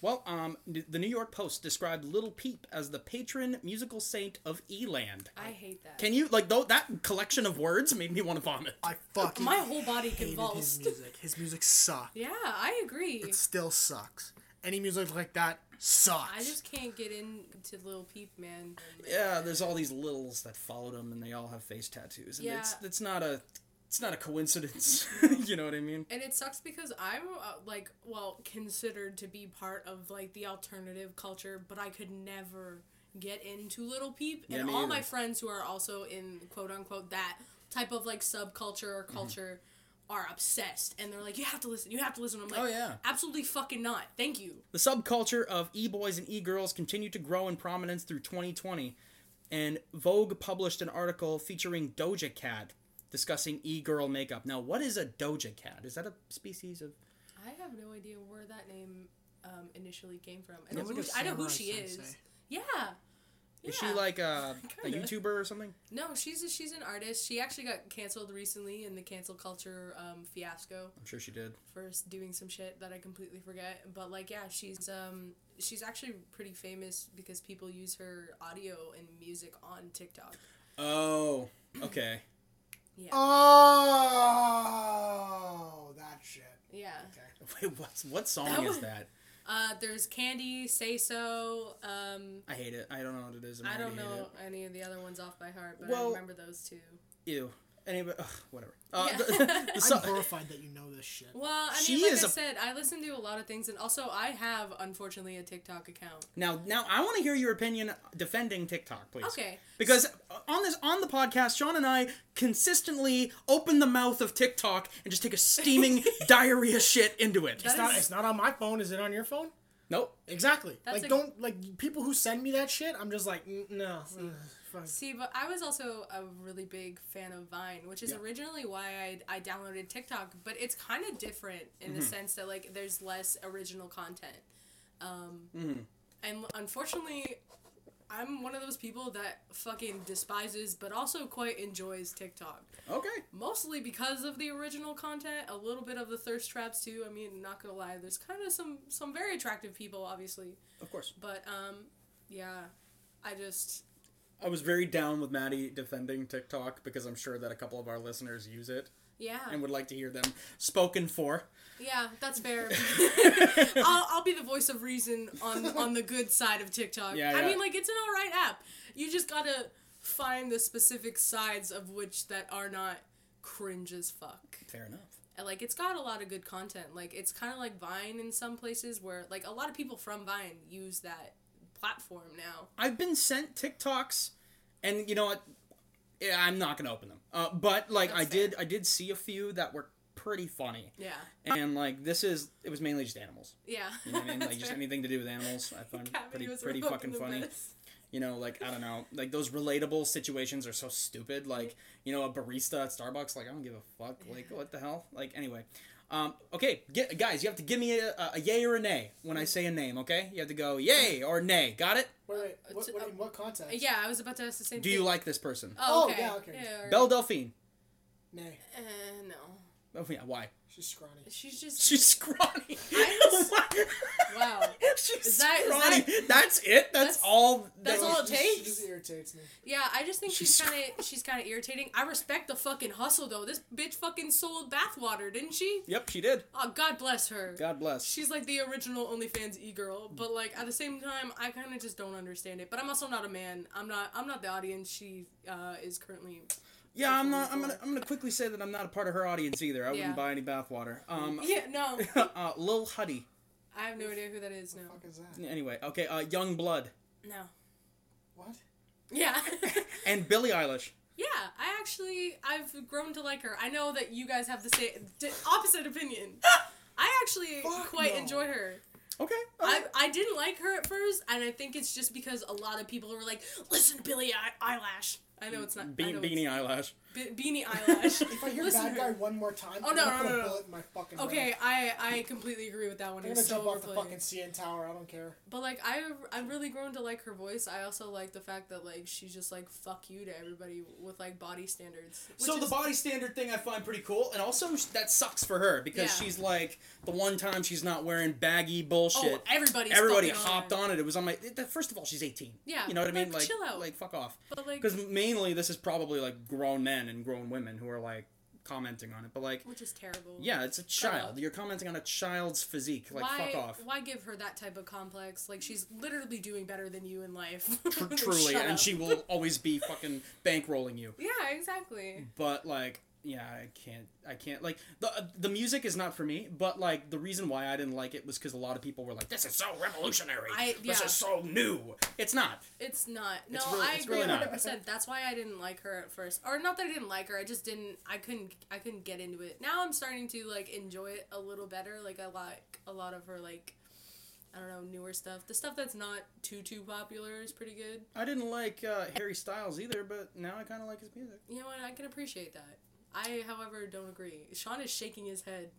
Speaker 3: Well, um, n- the New York Post described Little Peep as the patron musical saint of Eland.
Speaker 4: I hate that.
Speaker 3: Can you like though that collection of words made me want to vomit?
Speaker 2: I fucking
Speaker 4: My whole body
Speaker 2: hated his
Speaker 4: convulsed.
Speaker 2: music. His music sucked.
Speaker 4: Yeah, I agree.
Speaker 2: It still sucks. Any music like that sucks.
Speaker 4: I just can't get into Little Peep, man.
Speaker 3: Yeah, there's all these littles that followed him, and they all have face tattoos, and it's
Speaker 4: Yeah.
Speaker 3: it's not a it's not a coincidence. you know what I mean?
Speaker 4: And it sucks because I'm uh, like, well, considered to be part of like the alternative culture, but I could never get into Little Peep.
Speaker 3: Yeah,
Speaker 4: and
Speaker 3: me
Speaker 4: all
Speaker 3: either.
Speaker 4: my friends who are also in quote unquote that type of like subculture or
Speaker 3: Mm-hmm.
Speaker 4: culture are obsessed. And they're like, you have to listen, you have to listen. I'm like,
Speaker 3: Oh, yeah.
Speaker 4: absolutely fucking not. Thank you.
Speaker 3: The subculture of e boys and e girls continued to grow in prominence through 2020, and Vogue published an article featuring Doja Cat discussing e girl makeup. Now, what is a Doja Cat? Is that a species of.
Speaker 4: I have no idea where that name um, initially came from. I know,
Speaker 2: Sounds
Speaker 4: who,
Speaker 2: like a
Speaker 4: I know who
Speaker 2: samurai
Speaker 4: she is.
Speaker 2: sensei.
Speaker 4: Yeah.
Speaker 3: Is
Speaker 4: Yeah.
Speaker 3: she like a, a
Speaker 4: Kinda.
Speaker 3: YouTuber or something?
Speaker 4: No, she's a, she's an artist. She actually got canceled recently in the cancel culture um, fiasco
Speaker 3: I'm sure she did.
Speaker 4: for s- doing some shit that I completely forget. But like, yeah, she's um she's actually pretty famous because people use her audio and music on TikTok.
Speaker 3: Oh, okay.
Speaker 2: Oh, that shit.
Speaker 4: Yeah.
Speaker 3: Wait, what's, what song
Speaker 4: That
Speaker 3: is
Speaker 4: was-
Speaker 3: that?
Speaker 4: Uh, there's Candy, Say So. Um,
Speaker 3: I hate it. I don't know what it is. and
Speaker 4: I don't
Speaker 3: already hate
Speaker 4: know any of the other ones off by heart, but I
Speaker 3: Well-
Speaker 4: remember those two.
Speaker 3: it. Ew. Anyway, ugh, whatever. Uh,
Speaker 4: Yeah.
Speaker 3: the, the
Speaker 2: I'm
Speaker 3: sub-
Speaker 2: horrified that you know this shit.
Speaker 4: Well, I
Speaker 3: She
Speaker 4: mean, like
Speaker 3: is
Speaker 4: I
Speaker 3: a-
Speaker 4: said, I listen to a lot of things, and also I have, unfortunately, a TikTok account.
Speaker 3: Now, now I want to hear your opinion defending TikTok, please.
Speaker 4: Okay.
Speaker 3: Because on this on the podcast, Sean and I consistently open the mouth of TikTok and just take a steaming diarrhea shit into it.
Speaker 4: That
Speaker 2: It's not,
Speaker 4: is-
Speaker 2: it's not on my phone. Is it on your phone?
Speaker 3: nope.
Speaker 2: Exactly.
Speaker 4: That's
Speaker 2: like
Speaker 4: a-
Speaker 2: don't like people who send me that shit. I'm just like "Mm, no. Ugh, fuck.
Speaker 4: See, but I was also a really big fan of Vine, which is
Speaker 3: Yeah.
Speaker 4: originally why I, I downloaded TikTok, but it's kind of different in
Speaker 3: Mm-hmm.
Speaker 4: the sense that, like, there's less original content.
Speaker 3: Mm-hmm.
Speaker 4: Um, And unfortunately, I'm one of those people that fucking despises, but also quite enjoys TikTok.
Speaker 3: Okay.
Speaker 4: Mostly because of the original content, a little bit of the thirst traps, too. I mean, not gonna lie, there's kind of some, some very attractive people, obviously.
Speaker 3: Of course.
Speaker 4: But, um, yeah, I just.
Speaker 3: I was very down with Maddie defending TikTok because I'm sure that a couple of our listeners use it
Speaker 4: Yeah.
Speaker 3: and would like to hear them spoken for.
Speaker 4: Yeah, that's fair. I'll, I'll be the voice of reason on on the good side of TikTok.
Speaker 3: Yeah,
Speaker 4: I
Speaker 3: yeah.
Speaker 4: mean, like it's an all right app. You just gotta find the specific sides of which that are not cringe as fuck.
Speaker 3: Fair enough.
Speaker 4: And, like it's got a lot of good content. Like it's kind of like Vine in some places where like a lot of people from Vine use that platform now.
Speaker 3: I've been sent TikToks, and you know what? Yeah, I'm not gonna open them. Uh, but like I
Speaker 4: That's fair.
Speaker 3: did, I did see a few that were pretty funny.
Speaker 4: Yeah,
Speaker 3: and like this is it was mainly just animals
Speaker 4: yeah.
Speaker 3: you know what i mean like
Speaker 4: That's
Speaker 3: just
Speaker 4: fair.
Speaker 3: anything to do with animals i find
Speaker 4: Cat
Speaker 3: pretty
Speaker 4: videos are
Speaker 3: pretty fucking
Speaker 4: the
Speaker 3: funny
Speaker 4: best.
Speaker 3: you know like i don't know like those relatable situations are so stupid like you know a barista at starbucks like i don't give a fuck like what the hell like anyway um, okay get, guys you have to give me a, a, a yay or a nay when i say a name okay you have to go yay or nay got it
Speaker 2: Wait, wait,
Speaker 4: Uh,
Speaker 2: what,
Speaker 4: t-
Speaker 2: what,
Speaker 4: uh,
Speaker 2: in what context?
Speaker 4: Yeah, I was about to ask the same
Speaker 3: do
Speaker 4: thing.
Speaker 3: you like this person
Speaker 4: Oh,
Speaker 2: Oh,
Speaker 4: okay.
Speaker 2: yeah, okay.
Speaker 4: Yeah,
Speaker 3: belle delphine
Speaker 2: Nay,
Speaker 4: Uh, no.
Speaker 3: oh yeah why
Speaker 2: she's scrawny.
Speaker 4: She's just
Speaker 3: she's scrawny
Speaker 4: I'm- Wow.
Speaker 3: she's
Speaker 4: Is that- is
Speaker 3: scrawny
Speaker 4: that-
Speaker 3: that's it that's,
Speaker 4: That's-
Speaker 3: all
Speaker 4: that's
Speaker 2: No,
Speaker 4: all
Speaker 2: she
Speaker 4: it
Speaker 2: just- She
Speaker 4: takes?
Speaker 2: just irritates me.
Speaker 4: Yeah, I just think
Speaker 3: She's
Speaker 4: she's kind of she's kind of irritating. I respect the fucking hustle though. This bitch fucking sold bathwater, didn't she?
Speaker 3: yep she did
Speaker 4: Oh, God bless her.
Speaker 3: god bless
Speaker 4: She's like the original OnlyFans e-girl, but like at the same time, I kind of just don't understand it. But I'm also not a man. I'm not. I'm not the audience she uh, is currently
Speaker 3: Yeah, I'm not. I'm gonna. I'm gonna quickly say that I'm not a part of her audience either. I
Speaker 4: Yeah.
Speaker 3: wouldn't buy any bathwater. Um,
Speaker 4: Yeah, no.
Speaker 3: uh, Lil Huddy.
Speaker 4: I have no idea who that is now.
Speaker 2: fuck is that?
Speaker 3: Anyway, okay. Uh, Young Blood
Speaker 4: No.
Speaker 2: What?
Speaker 4: Yeah.
Speaker 3: and Billie Eilish.
Speaker 4: yeah, I actually I've grown to like her. I know that you guys have the same di- opposite opinion. I actually
Speaker 2: Fuck
Speaker 4: quite
Speaker 2: no.
Speaker 4: enjoy her.
Speaker 3: Okay. uh,
Speaker 4: I,
Speaker 3: okay.
Speaker 4: I didn't like her at first, and I think it's just because a lot of people were like, "Listen, to Billie I- Eyelash." I know it's not
Speaker 3: Be-
Speaker 4: I know
Speaker 3: beanie Eyelash.
Speaker 4: It's, be- beanie eyelash.
Speaker 2: If I hear
Speaker 4: Listen
Speaker 2: bad
Speaker 4: to
Speaker 2: guy
Speaker 4: her.
Speaker 2: one more time,
Speaker 4: Oh,
Speaker 2: I'm
Speaker 4: no,
Speaker 2: gonna
Speaker 4: no,
Speaker 2: put
Speaker 4: no,
Speaker 2: a
Speaker 4: no.
Speaker 2: bullet in my fucking mouth.
Speaker 4: Okay, I I completely agree with that one.
Speaker 2: I'm
Speaker 4: It
Speaker 2: gonna
Speaker 4: was
Speaker 2: jump
Speaker 4: so
Speaker 2: off the fucking
Speaker 4: overplayed.
Speaker 2: CN tower. I don't care.
Speaker 4: But like I I've really grown to like her voice. I also like the fact that like she's just like fuck you to everybody with like body standards. Which
Speaker 3: so
Speaker 4: is,
Speaker 3: the body standard thing I find pretty cool, and also sh- that sucks for her because
Speaker 4: Yeah.
Speaker 3: she's like the one time she's not wearing baggy bullshit.
Speaker 4: oh everybody's
Speaker 3: Everybody
Speaker 4: fucking
Speaker 3: hopped
Speaker 4: it.
Speaker 3: on it. It was on my. It, first of all, she's 18.
Speaker 4: Yeah,
Speaker 3: You know what I mean?
Speaker 4: like,
Speaker 3: Like,
Speaker 4: chill out.
Speaker 3: Like, fuck off.
Speaker 4: But like
Speaker 3: Because mainly this is probably like grown men and grown women who are like commenting on it. But like,
Speaker 4: which is terrible.
Speaker 3: yeah, it's a child.
Speaker 4: up.
Speaker 3: You're commenting on a child's physique. Like,
Speaker 4: Uh, why
Speaker 3: fuck off.
Speaker 4: why give her that type of complex? Like she's literally doing better than you in life.
Speaker 3: Tr-
Speaker 4: Like,
Speaker 3: truly,
Speaker 4: shut
Speaker 3: and
Speaker 4: up.
Speaker 3: she will always be fucking bankrolling you.
Speaker 4: Yeah, exactly.
Speaker 3: But like, yeah, I can't. I can't. Like the uh, the music is not for me. But like, the reason why I didn't like it was because a lot of people were like, "This is so revolutionary.
Speaker 4: I-
Speaker 3: This
Speaker 4: yeah.
Speaker 3: is so new." It's not.
Speaker 4: It's not. No,
Speaker 3: really-
Speaker 4: I
Speaker 3: it's
Speaker 4: agree
Speaker 3: really not.
Speaker 4: 100. percent That's why I didn't like her at first, or not that I didn't like her. I just didn't. I couldn't. I couldn't get into it. Now I'm starting to like enjoy it a little better. Like I like a lot of her like, I don't know, newer stuff. The stuff that's not too too popular is pretty good.
Speaker 3: I didn't like uh, Harry Styles either. But now I kind of like his music.
Speaker 4: You know what? I can appreciate that. I, however, don't agree. Sean is shaking his head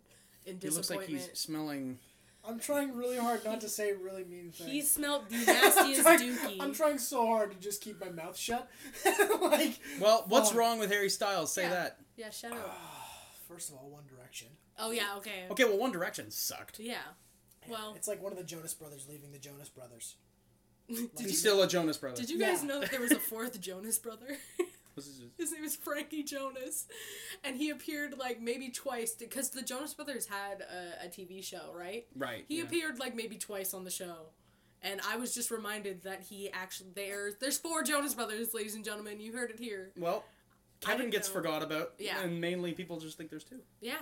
Speaker 4: in
Speaker 3: He looks like
Speaker 4: disappointment.
Speaker 3: he's smelling.
Speaker 2: I'm trying really hard not to say really mean things.
Speaker 4: he smelled the
Speaker 2: I'm,
Speaker 4: nastiest
Speaker 2: trying,
Speaker 4: dookie.
Speaker 2: I'm trying so hard to just keep my mouth shut. like,
Speaker 3: Well, what's
Speaker 2: Fuck.
Speaker 3: wrong with Harry Styles? Say
Speaker 4: Yeah.
Speaker 3: that.
Speaker 4: yeah, shut up.
Speaker 2: first of all, One Direction.
Speaker 4: Oh yeah, okay.
Speaker 3: Okay, well, One Direction sucked.
Speaker 4: Yeah. Well,
Speaker 2: It's like one of the Jonas Brothers leaving the Jonas Brothers.
Speaker 4: did
Speaker 3: He's
Speaker 4: you
Speaker 3: still a Jonas brother.
Speaker 4: Did you guys
Speaker 2: Yeah.
Speaker 4: know that there was a fourth Jonas brother?
Speaker 3: This is just-
Speaker 4: His name is Frankie Jonas, and he appeared like maybe twice because the Jonas Brothers had a, a TV show, right?
Speaker 3: Right.
Speaker 4: He
Speaker 3: yeah.
Speaker 4: appeared like maybe twice on the show, and I was just reminded that he actually there. There's four Jonas Brothers, ladies and gentlemen. You heard it here.
Speaker 3: Well, Kevin
Speaker 4: didn't
Speaker 3: gets
Speaker 4: know.
Speaker 3: forgot about.
Speaker 4: Yeah.
Speaker 3: And mainly people just think there's two.
Speaker 4: Yeah,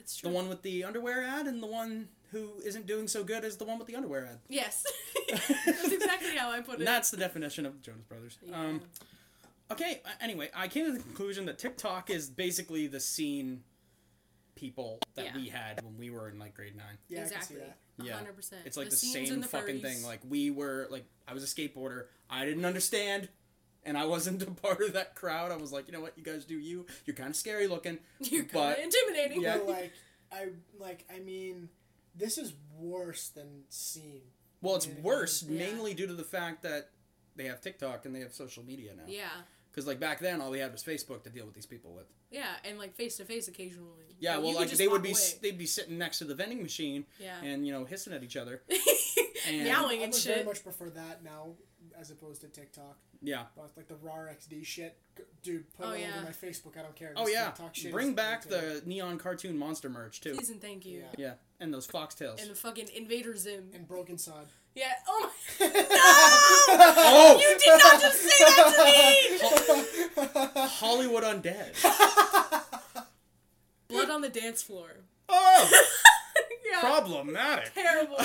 Speaker 4: it's true.
Speaker 3: The one with the underwear ad and the one who isn't doing so good is the one with the underwear ad.
Speaker 4: Yes, that's exactly how I put it.
Speaker 3: And that's the definition of Jonas Brothers. Um, okay, a- anyway, I came to the conclusion that TikTok is basically the scene people that
Speaker 4: Yeah.
Speaker 3: we had when we were in like grade nine.
Speaker 2: Yeah,
Speaker 4: exactly.
Speaker 2: I can see that.
Speaker 4: A
Speaker 3: Yeah.
Speaker 4: hundred percent.
Speaker 3: It's like the,
Speaker 4: scenes
Speaker 3: same
Speaker 4: in the
Speaker 3: fucking
Speaker 4: furries.
Speaker 3: thing. Like we were like I was a skateboarder. I didn't understand and I wasn't a part of that crowd. I was like, you know what, you guys do you. You're kinda scary looking.
Speaker 4: you're kind
Speaker 3: but-
Speaker 4: of intimidating.
Speaker 3: Yeah.
Speaker 2: But like, I like. I mean, this is worse than scene.
Speaker 3: Well it's
Speaker 2: Yeah.
Speaker 3: worse
Speaker 4: Yeah.
Speaker 3: mainly due to the fact that they have TikTok and they have social media now.
Speaker 4: yeah,
Speaker 3: Because like back then all we had was Facebook to deal with these people with.
Speaker 4: yeah, and like face to face occasionally.
Speaker 3: Yeah,
Speaker 4: You
Speaker 3: well
Speaker 4: could
Speaker 3: like
Speaker 4: just
Speaker 3: they would
Speaker 4: walk
Speaker 3: be s
Speaker 4: away.
Speaker 3: they'd be sitting next to the vending machine
Speaker 4: Yeah.
Speaker 3: and you know, hissing at each other. And-
Speaker 4: meowing
Speaker 2: I
Speaker 4: and
Speaker 2: would
Speaker 4: shit.
Speaker 2: very much prefer that now as opposed to TikTok.
Speaker 3: Yeah. Oh,
Speaker 2: But, like the raw XD shit, g- dude. Put
Speaker 4: Oh,
Speaker 2: it all
Speaker 4: yeah.
Speaker 2: over my Facebook. I don't care.
Speaker 3: Oh
Speaker 2: This
Speaker 3: yeah.
Speaker 2: TikTok shit
Speaker 3: Bring
Speaker 2: is
Speaker 3: back
Speaker 2: irritating.
Speaker 3: the neon cartoon monster merch too.
Speaker 4: Please and thank you.
Speaker 2: Yeah.
Speaker 3: Yeah. And those foxtails.
Speaker 4: And the fucking Invader Zim.
Speaker 2: and broken sod.
Speaker 4: Yeah. Oh my.
Speaker 3: oh
Speaker 4: You did not just say that to me.
Speaker 3: Hollywood Undead.
Speaker 4: Blood on the dance floor.
Speaker 3: Oh,
Speaker 4: Yeah.
Speaker 3: problematic.
Speaker 4: terrible.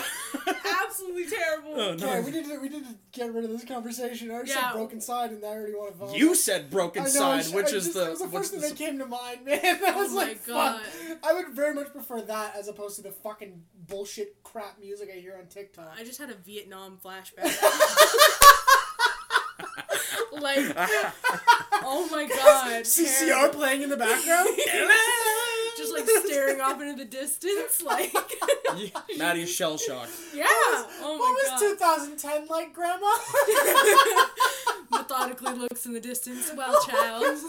Speaker 4: Absolutely terrible.
Speaker 3: Oh, no.
Speaker 2: Yeah, we need to we need to get rid of this conversation. I already
Speaker 4: Yeah.
Speaker 2: said broken side, and I already want to vote.
Speaker 3: You said broken
Speaker 2: I know, I
Speaker 3: side,
Speaker 2: sh- I
Speaker 3: which is
Speaker 2: just-
Speaker 3: the
Speaker 2: that was the
Speaker 3: which
Speaker 2: first thing
Speaker 3: is
Speaker 2: that came to mind, man. I was
Speaker 4: Oh my
Speaker 2: like,
Speaker 4: God.
Speaker 2: fuck. I would very much prefer that as opposed to the fucking bullshit crap music I hear on TikTok.
Speaker 4: I just had a Vietnam flashback. like, oh my god.
Speaker 2: CCR
Speaker 4: terrible.
Speaker 2: playing in the background.
Speaker 4: Just like staring off into the distance. Like,
Speaker 3: the Maddie's shell shocked.
Speaker 4: yeah. oh my
Speaker 2: Ah, What was
Speaker 4: god.
Speaker 2: 2010 like, Grandma?
Speaker 4: Methodically looks in the distance. Well, child.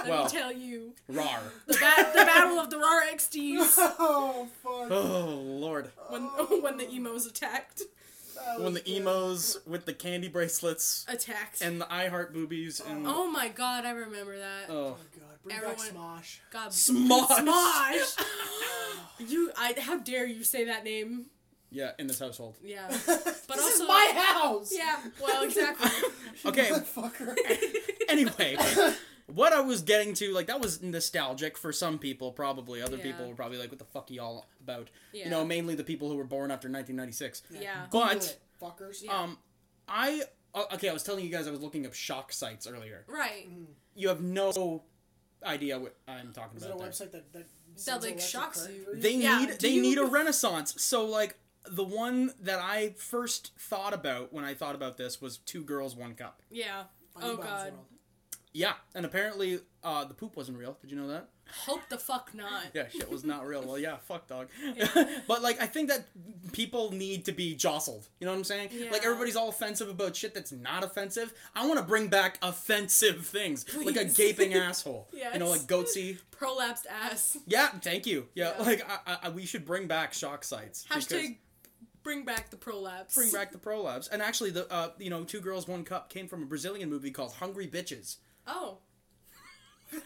Speaker 4: Let
Speaker 3: Well.
Speaker 4: me tell you.
Speaker 3: Rar.
Speaker 4: The, ba- the Battle of the Rar XDs.
Speaker 2: oh fuck!
Speaker 3: Oh lord.
Speaker 4: when when the emos attacked
Speaker 2: That was
Speaker 3: When the
Speaker 2: good. Oh
Speaker 3: emos with the candy bracelets
Speaker 4: attacked.
Speaker 3: and the I heart boobies and oh,
Speaker 4: oh my god, I remember that.
Speaker 2: Oh god! Bring back
Speaker 4: Everyone-
Speaker 2: Smosh.
Speaker 4: God,
Speaker 3: Smosh.
Speaker 4: Smosh. you, I. How dare you say that name?
Speaker 3: yeah in this household.
Speaker 4: Yeah,
Speaker 2: But
Speaker 4: but
Speaker 2: this
Speaker 4: also
Speaker 2: is my house.
Speaker 4: yeah. Well, exactly.
Speaker 3: Okay.
Speaker 2: Motherfucker.
Speaker 3: Anyway, what I was getting to, like that was nostalgic for some people, probably. Other
Speaker 4: Yeah.
Speaker 3: people were probably like, "What the fuck are y'all about?"
Speaker 4: Yeah.
Speaker 3: You know, mainly the people who were born after 1996.
Speaker 4: Yeah.
Speaker 3: But
Speaker 2: Google it, fuckers.
Speaker 3: um, I uh, okay, I was telling you guys I was looking up shock sites earlier.
Speaker 4: Right.
Speaker 3: You have no idea what I'm talking
Speaker 2: Is it a
Speaker 3: about. there.
Speaker 2: website that that,
Speaker 4: That
Speaker 2: sends
Speaker 4: like
Speaker 2: electric
Speaker 4: shocks
Speaker 2: current
Speaker 4: you.
Speaker 2: for you?
Speaker 3: They
Speaker 4: Yeah,
Speaker 3: need
Speaker 4: do
Speaker 3: they
Speaker 4: you-
Speaker 3: need a renaissance. So like the one that I first thought about when I thought about this was two girls, one cup.
Speaker 4: Yeah.
Speaker 2: On
Speaker 4: Oh
Speaker 2: Ebon's
Speaker 4: god.
Speaker 2: World.
Speaker 3: Yeah, and apparently uh, the poop wasn't real. Did you know that?
Speaker 4: Hope the fuck not.
Speaker 3: Yeah, shit was not real. Well, yeah, fuck dog. but like, I think that people need to be jostled. You know what I'm saying? Like
Speaker 4: Yeah.
Speaker 3: everybody's all offensive about shit that's not offensive. I want to bring back offensive things, like a
Speaker 4: Please.
Speaker 3: gaping asshole. You know,
Speaker 4: Yes.
Speaker 3: like goatsy.
Speaker 4: Prolapsed ass.
Speaker 3: Yeah, thank you. Yeah,
Speaker 4: Yeah.
Speaker 3: like I, I, we should bring back shock sites. because-
Speaker 4: Hashtag bring back the prolapse.
Speaker 3: bring back the prolapse. And actually, the uh, you know, two girls, one cup came from a Brazilian movie called Hungry Bitches.
Speaker 4: Oh.
Speaker 2: I'm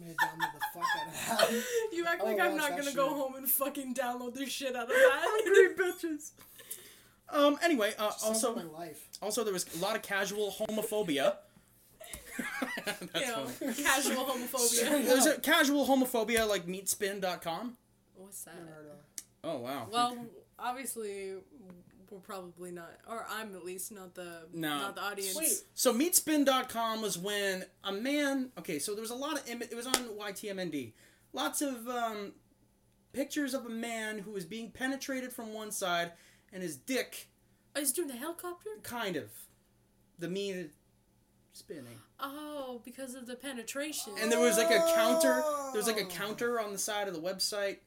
Speaker 2: gonna download the fuck out of that.
Speaker 4: You act
Speaker 2: Oh,
Speaker 4: like I'm
Speaker 2: wow,
Speaker 4: not
Speaker 2: it's
Speaker 4: gonna
Speaker 2: actually-
Speaker 4: go home and fucking download the shit out of that.
Speaker 3: Bitches. Um. Anyway, uh,
Speaker 2: Also,
Speaker 3: also,
Speaker 2: my life.
Speaker 3: also, there was a lot of casual homophobia. That's
Speaker 4: you know,
Speaker 3: funny.
Speaker 4: casual homophobia.
Speaker 3: There's a casual homophobia like meatspin.com.
Speaker 4: What's that?
Speaker 2: Murder.
Speaker 3: Oh wow.
Speaker 4: Well, obviously we're probably not, or I'm at least not the
Speaker 3: No.
Speaker 4: not the audience.
Speaker 2: Wait,
Speaker 3: So meatspin.com was when a man. Okay, so there was a lot of. Im- it was on YTMND. Lots of um, pictures of a man who was being penetrated from one side, and his dick
Speaker 4: Oh, he's doing a helicopter?
Speaker 3: kind of the meat is spinning.
Speaker 4: Oh, because of the penetration.
Speaker 3: And there was like a counter. There was like a counter on the side of the website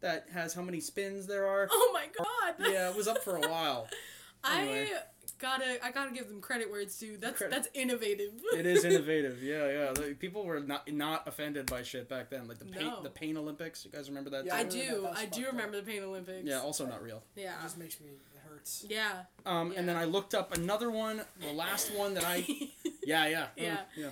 Speaker 3: that has how many spins there are.
Speaker 4: oh my god.
Speaker 3: Yeah, it was up for a while.
Speaker 4: I
Speaker 3: anyway.
Speaker 4: gotta I gotta give them credit where it's due. That's
Speaker 3: Credit.
Speaker 4: that's innovative.
Speaker 3: It is innovative. Yeah, yeah. Like, people were not not offended by shit back then. Like the paint,
Speaker 4: No.
Speaker 3: the paint Olympics. You guys remember that?
Speaker 2: Yeah,
Speaker 4: I
Speaker 3: too?
Speaker 4: do.
Speaker 2: That's
Speaker 4: I do
Speaker 2: fucked up.
Speaker 4: remember the Pain Olympics.
Speaker 3: Yeah, also not real.
Speaker 4: Yeah.
Speaker 2: It just makes me. It hurts.
Speaker 4: Yeah.
Speaker 3: Um,
Speaker 4: Yeah.
Speaker 3: and then I looked up another one, the last one that I. Yeah, yeah, Uh,
Speaker 4: Yeah.
Speaker 3: yeah.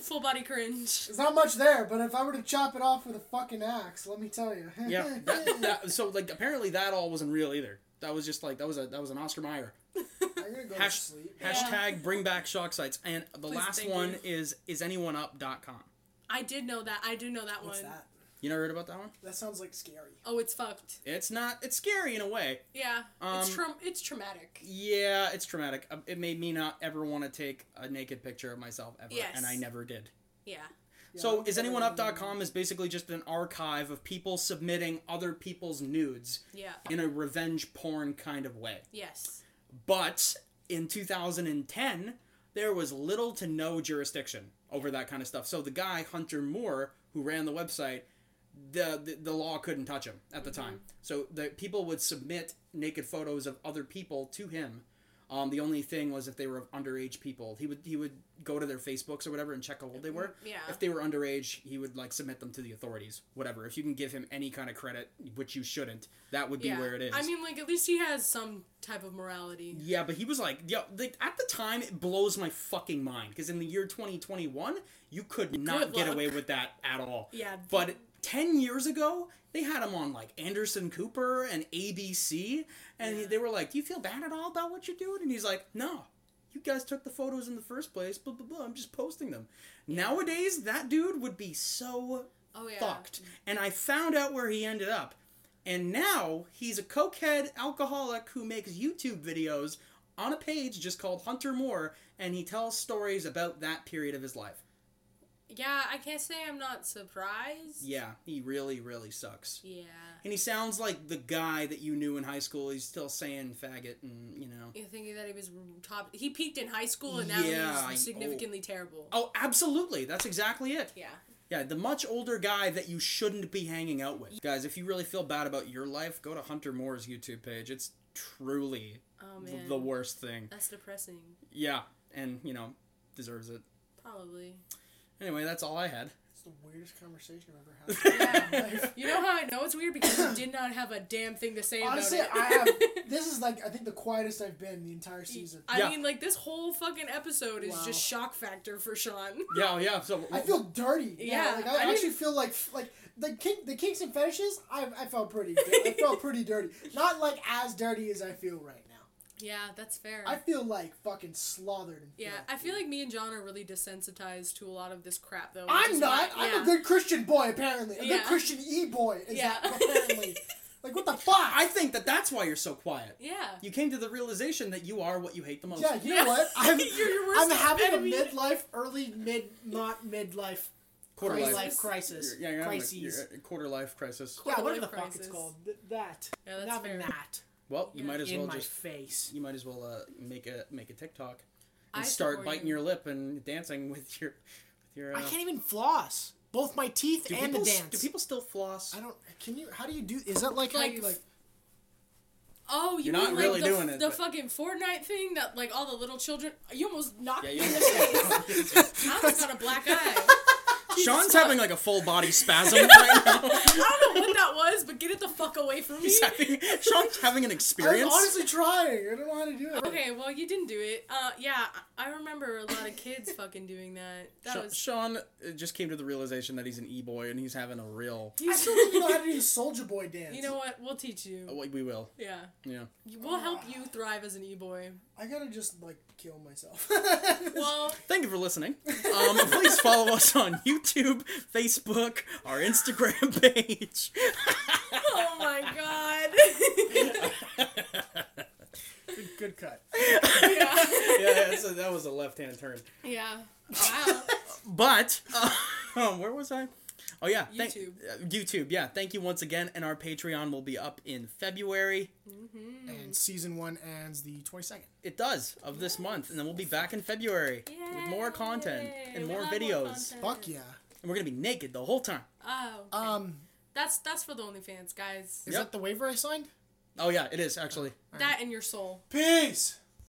Speaker 4: Full body cringe.
Speaker 2: There's not much there, but if I were to chop it off with a fucking axe, let me tell you.
Speaker 3: Yeah, that, that, so like apparently that all wasn't real either. That was just like that was a that was an Oscar Mayer.
Speaker 2: I'm gonna go
Speaker 3: Hash-
Speaker 2: to sleep.
Speaker 4: Yeah.
Speaker 3: Hashtag bring back shock sites. And the
Speaker 4: Please,
Speaker 3: last
Speaker 4: thank
Speaker 3: one
Speaker 4: you.
Speaker 3: is is anyoneeup.com.
Speaker 4: I did know that. I do know that
Speaker 2: What's
Speaker 4: one.
Speaker 2: that?
Speaker 3: You never heard about that one?
Speaker 2: That sounds like scary.
Speaker 4: Oh, it's fucked.
Speaker 3: It's not. It's scary in a way.
Speaker 4: Yeah.
Speaker 3: Um,
Speaker 4: it's tra- it's traumatic.
Speaker 3: Yeah, it's traumatic. Um, It made me not ever want to take a naked picture of myself ever,
Speaker 4: Yes.
Speaker 3: and I never did.
Speaker 4: Yeah.
Speaker 3: So
Speaker 2: Yeah.
Speaker 3: is anyoneeup.com is basically just an archive of people submitting other people's nudes
Speaker 4: Yeah.
Speaker 3: in a revenge porn kind of way.
Speaker 4: Yes.
Speaker 3: But in 2010, there was little to no jurisdiction over that kind of stuff. So the guy Hunter Moore, who ran the website, the the, the law couldn't touch him at the
Speaker 4: Mm-hmm.
Speaker 3: time. So the people would submit naked photos of other people to him. Um, the only thing was if they were underage people, he would he would go to their Facebooks or whatever and check how old they were.
Speaker 4: Mm-hmm. Yeah.
Speaker 3: If they were underage, he would like submit them to the authorities. Whatever. If you can give him any kind of credit, which you shouldn't, that would be
Speaker 4: yeah.
Speaker 3: where it is. Mm.
Speaker 4: I mean, like at least he has some type of morality.
Speaker 3: Yeah, but he was like, yo, like, at the time, it blows my fucking mind because in the year 2021, you could not
Speaker 4: Good
Speaker 3: get
Speaker 4: luck.
Speaker 3: away with that at all.
Speaker 4: Yeah.
Speaker 3: But 10 years ago, they had him on like Anderson Cooper and ABC, and
Speaker 4: Yeah.
Speaker 3: they were like, Do you feel bad at all about what you're doing? And he's like, No, you guys took the photos in the first place, blah, blah, blah. I'm just posting them. Nowadays, that dude would be so
Speaker 4: Oh yeah.
Speaker 3: fucked. And I found out where he ended up. And now he's a cokehead alcoholic who makes YouTube videos on a page just called Hunter Moore, and he tells stories about that period of his life.
Speaker 4: Yeah, I can't say I'm not surprised.
Speaker 3: Yeah, he really, really sucks.
Speaker 4: Yeah.
Speaker 3: And he sounds like the guy that you knew in high school. He's still saying faggot, and you know.
Speaker 4: You're thinking that he was top. He peaked in high school and now
Speaker 3: Yeah, I- oh.
Speaker 4: he's significantly terrible.
Speaker 3: Oh, absolutely. That's exactly it.
Speaker 4: Yeah.
Speaker 3: Yeah, the much older guy that you shouldn't be hanging out with. Guys, if you really feel bad about your life, go to Hunter Moore's YouTube page. It's truly
Speaker 4: Oh
Speaker 3: th-
Speaker 4: man.
Speaker 3: the worst thing.
Speaker 4: That's depressing.
Speaker 3: Yeah, and you know, deserves it.
Speaker 4: Probably.
Speaker 3: Anyway, that's all I had.
Speaker 2: It's the weirdest conversation I've ever had. in my
Speaker 4: Yeah.
Speaker 2: life.
Speaker 4: You know how I know it's weird because you did not have a damn thing to say
Speaker 2: Honestly,
Speaker 4: about it.
Speaker 2: I have. This is like I think the quietest I've been the entire season.
Speaker 4: I
Speaker 3: Yeah.
Speaker 4: mean, like this whole fucking episode is
Speaker 2: Wow.
Speaker 4: just shock factor for Sean.
Speaker 3: Yeah, oh, yeah. So
Speaker 2: I feel dirty. Yeah,
Speaker 4: Yeah,
Speaker 2: like
Speaker 4: I
Speaker 2: I,
Speaker 4: didn't-
Speaker 2: actually feel like like the king, the kinks and fetishes. I I felt pretty. di- I felt pretty dirty. Not like as dirty as I feel right now.
Speaker 4: Yeah, that's fair.
Speaker 2: I feel like fucking slaughtered. and
Speaker 4: yeah,
Speaker 2: filth,
Speaker 4: I feel
Speaker 2: dude.
Speaker 4: like me and John are really desensitized to a lot of this crap, though. which
Speaker 2: I'm
Speaker 4: is
Speaker 2: not.
Speaker 4: why-
Speaker 2: I'm a good Christian boy, apparently. A
Speaker 4: Yeah.
Speaker 2: good Christian e boy. Is
Speaker 4: Yeah.
Speaker 2: that apparently? like what the fuck?
Speaker 3: I think that that's why you're so quiet.
Speaker 4: Yeah.
Speaker 3: You came to the realization that you are what you hate the most.
Speaker 2: yeah, you
Speaker 4: Yeah.
Speaker 2: know what? I'm,
Speaker 4: You're your worst
Speaker 2: I'm having
Speaker 4: enemy.
Speaker 2: a midlife, early mid, not midlife,
Speaker 3: quarter
Speaker 2: pre-
Speaker 3: life.
Speaker 2: life crisis,
Speaker 3: You're- yeah, you're having a-
Speaker 2: crises.
Speaker 3: you're a uh, quarter life crisis.
Speaker 2: yeah,
Speaker 4: Quarter
Speaker 2: whatever the
Speaker 4: life
Speaker 2: fuck it's
Speaker 4: crisis.
Speaker 2: called. Th- that.
Speaker 4: Yeah, that's
Speaker 2: Not
Speaker 4: fair.
Speaker 2: that.
Speaker 3: Well, you
Speaker 4: Yeah.
Speaker 3: might as
Speaker 2: In
Speaker 3: well
Speaker 2: my
Speaker 3: just
Speaker 2: face.
Speaker 3: you might as well uh, make a make a TikTok
Speaker 4: I
Speaker 3: and start
Speaker 4: support
Speaker 3: biting
Speaker 4: you.
Speaker 3: your lip and dancing with your with your. Uh,
Speaker 2: I can't even floss. Both my teeth
Speaker 3: do
Speaker 2: and the
Speaker 3: people s-
Speaker 2: dance.
Speaker 3: Do people still floss?
Speaker 2: I don't. Can you? How do you do? Is that like, how
Speaker 4: Like,
Speaker 2: you like?
Speaker 4: Oh, you
Speaker 3: You're
Speaker 4: mean
Speaker 3: not
Speaker 4: like
Speaker 3: really
Speaker 4: the,
Speaker 3: doing it,
Speaker 4: the
Speaker 3: but-
Speaker 4: fucking Fortnite thing that like all the little children? You almost knocked
Speaker 3: yeah,
Speaker 4: me
Speaker 3: you
Speaker 4: in the face. I almost got a black eye.
Speaker 3: Sean's having like a full body spasm right
Speaker 4: I
Speaker 3: now.
Speaker 4: don't know what that was, but get it the fuck away from me.
Speaker 3: He's having, Sean's having an
Speaker 2: I'm
Speaker 3: experience.
Speaker 2: honestly trying. I don't know how to do it.
Speaker 4: Okay, well you didn't do it. Uh, yeah, I I remember a lot of kids fucking doing that. That
Speaker 3: Sha-
Speaker 4: was
Speaker 3: Sean uh, just came to the realization that he's an e-boy and he's having a real.
Speaker 2: I still don't even know how to do the Soldier Boy dance.
Speaker 4: you know what? We'll teach
Speaker 3: Oh,
Speaker 4: you.
Speaker 3: wait, we will.
Speaker 4: Yeah,
Speaker 3: Yeah.
Speaker 4: we'll help you thrive as an e-boy.
Speaker 2: I gotta just like kill myself.
Speaker 4: Well,
Speaker 3: Thank you for listening. Um, please follow us on YouTube, Facebook, our Instagram page.
Speaker 4: oh my god.
Speaker 2: good, good cut.
Speaker 4: yeah.
Speaker 3: yeah, that's a- that was a left-hand turn.
Speaker 4: yeah. Wow.
Speaker 3: But um, where was I? Oh yeah, thank-
Speaker 4: YouTube.
Speaker 3: uh, YouTube. Yeah, thank you once again, and our Patreon will be up in February.
Speaker 4: Mm-hmm.
Speaker 2: And season one ends the twenty second.
Speaker 3: It does of this month, and then we'll be back in February with more content and
Speaker 4: Yay,
Speaker 3: more
Speaker 4: we'll have
Speaker 3: videos.
Speaker 4: content.
Speaker 2: Fuck yeah.
Speaker 3: and we're gonna be naked the whole time.
Speaker 4: Oh, okay.
Speaker 2: Um,
Speaker 4: that's that's for the OnlyFans guys.
Speaker 2: is
Speaker 3: Yep.
Speaker 2: that the waiver I signed?
Speaker 3: Oh yeah, it is actually.
Speaker 4: That and your soul.
Speaker 2: Peace.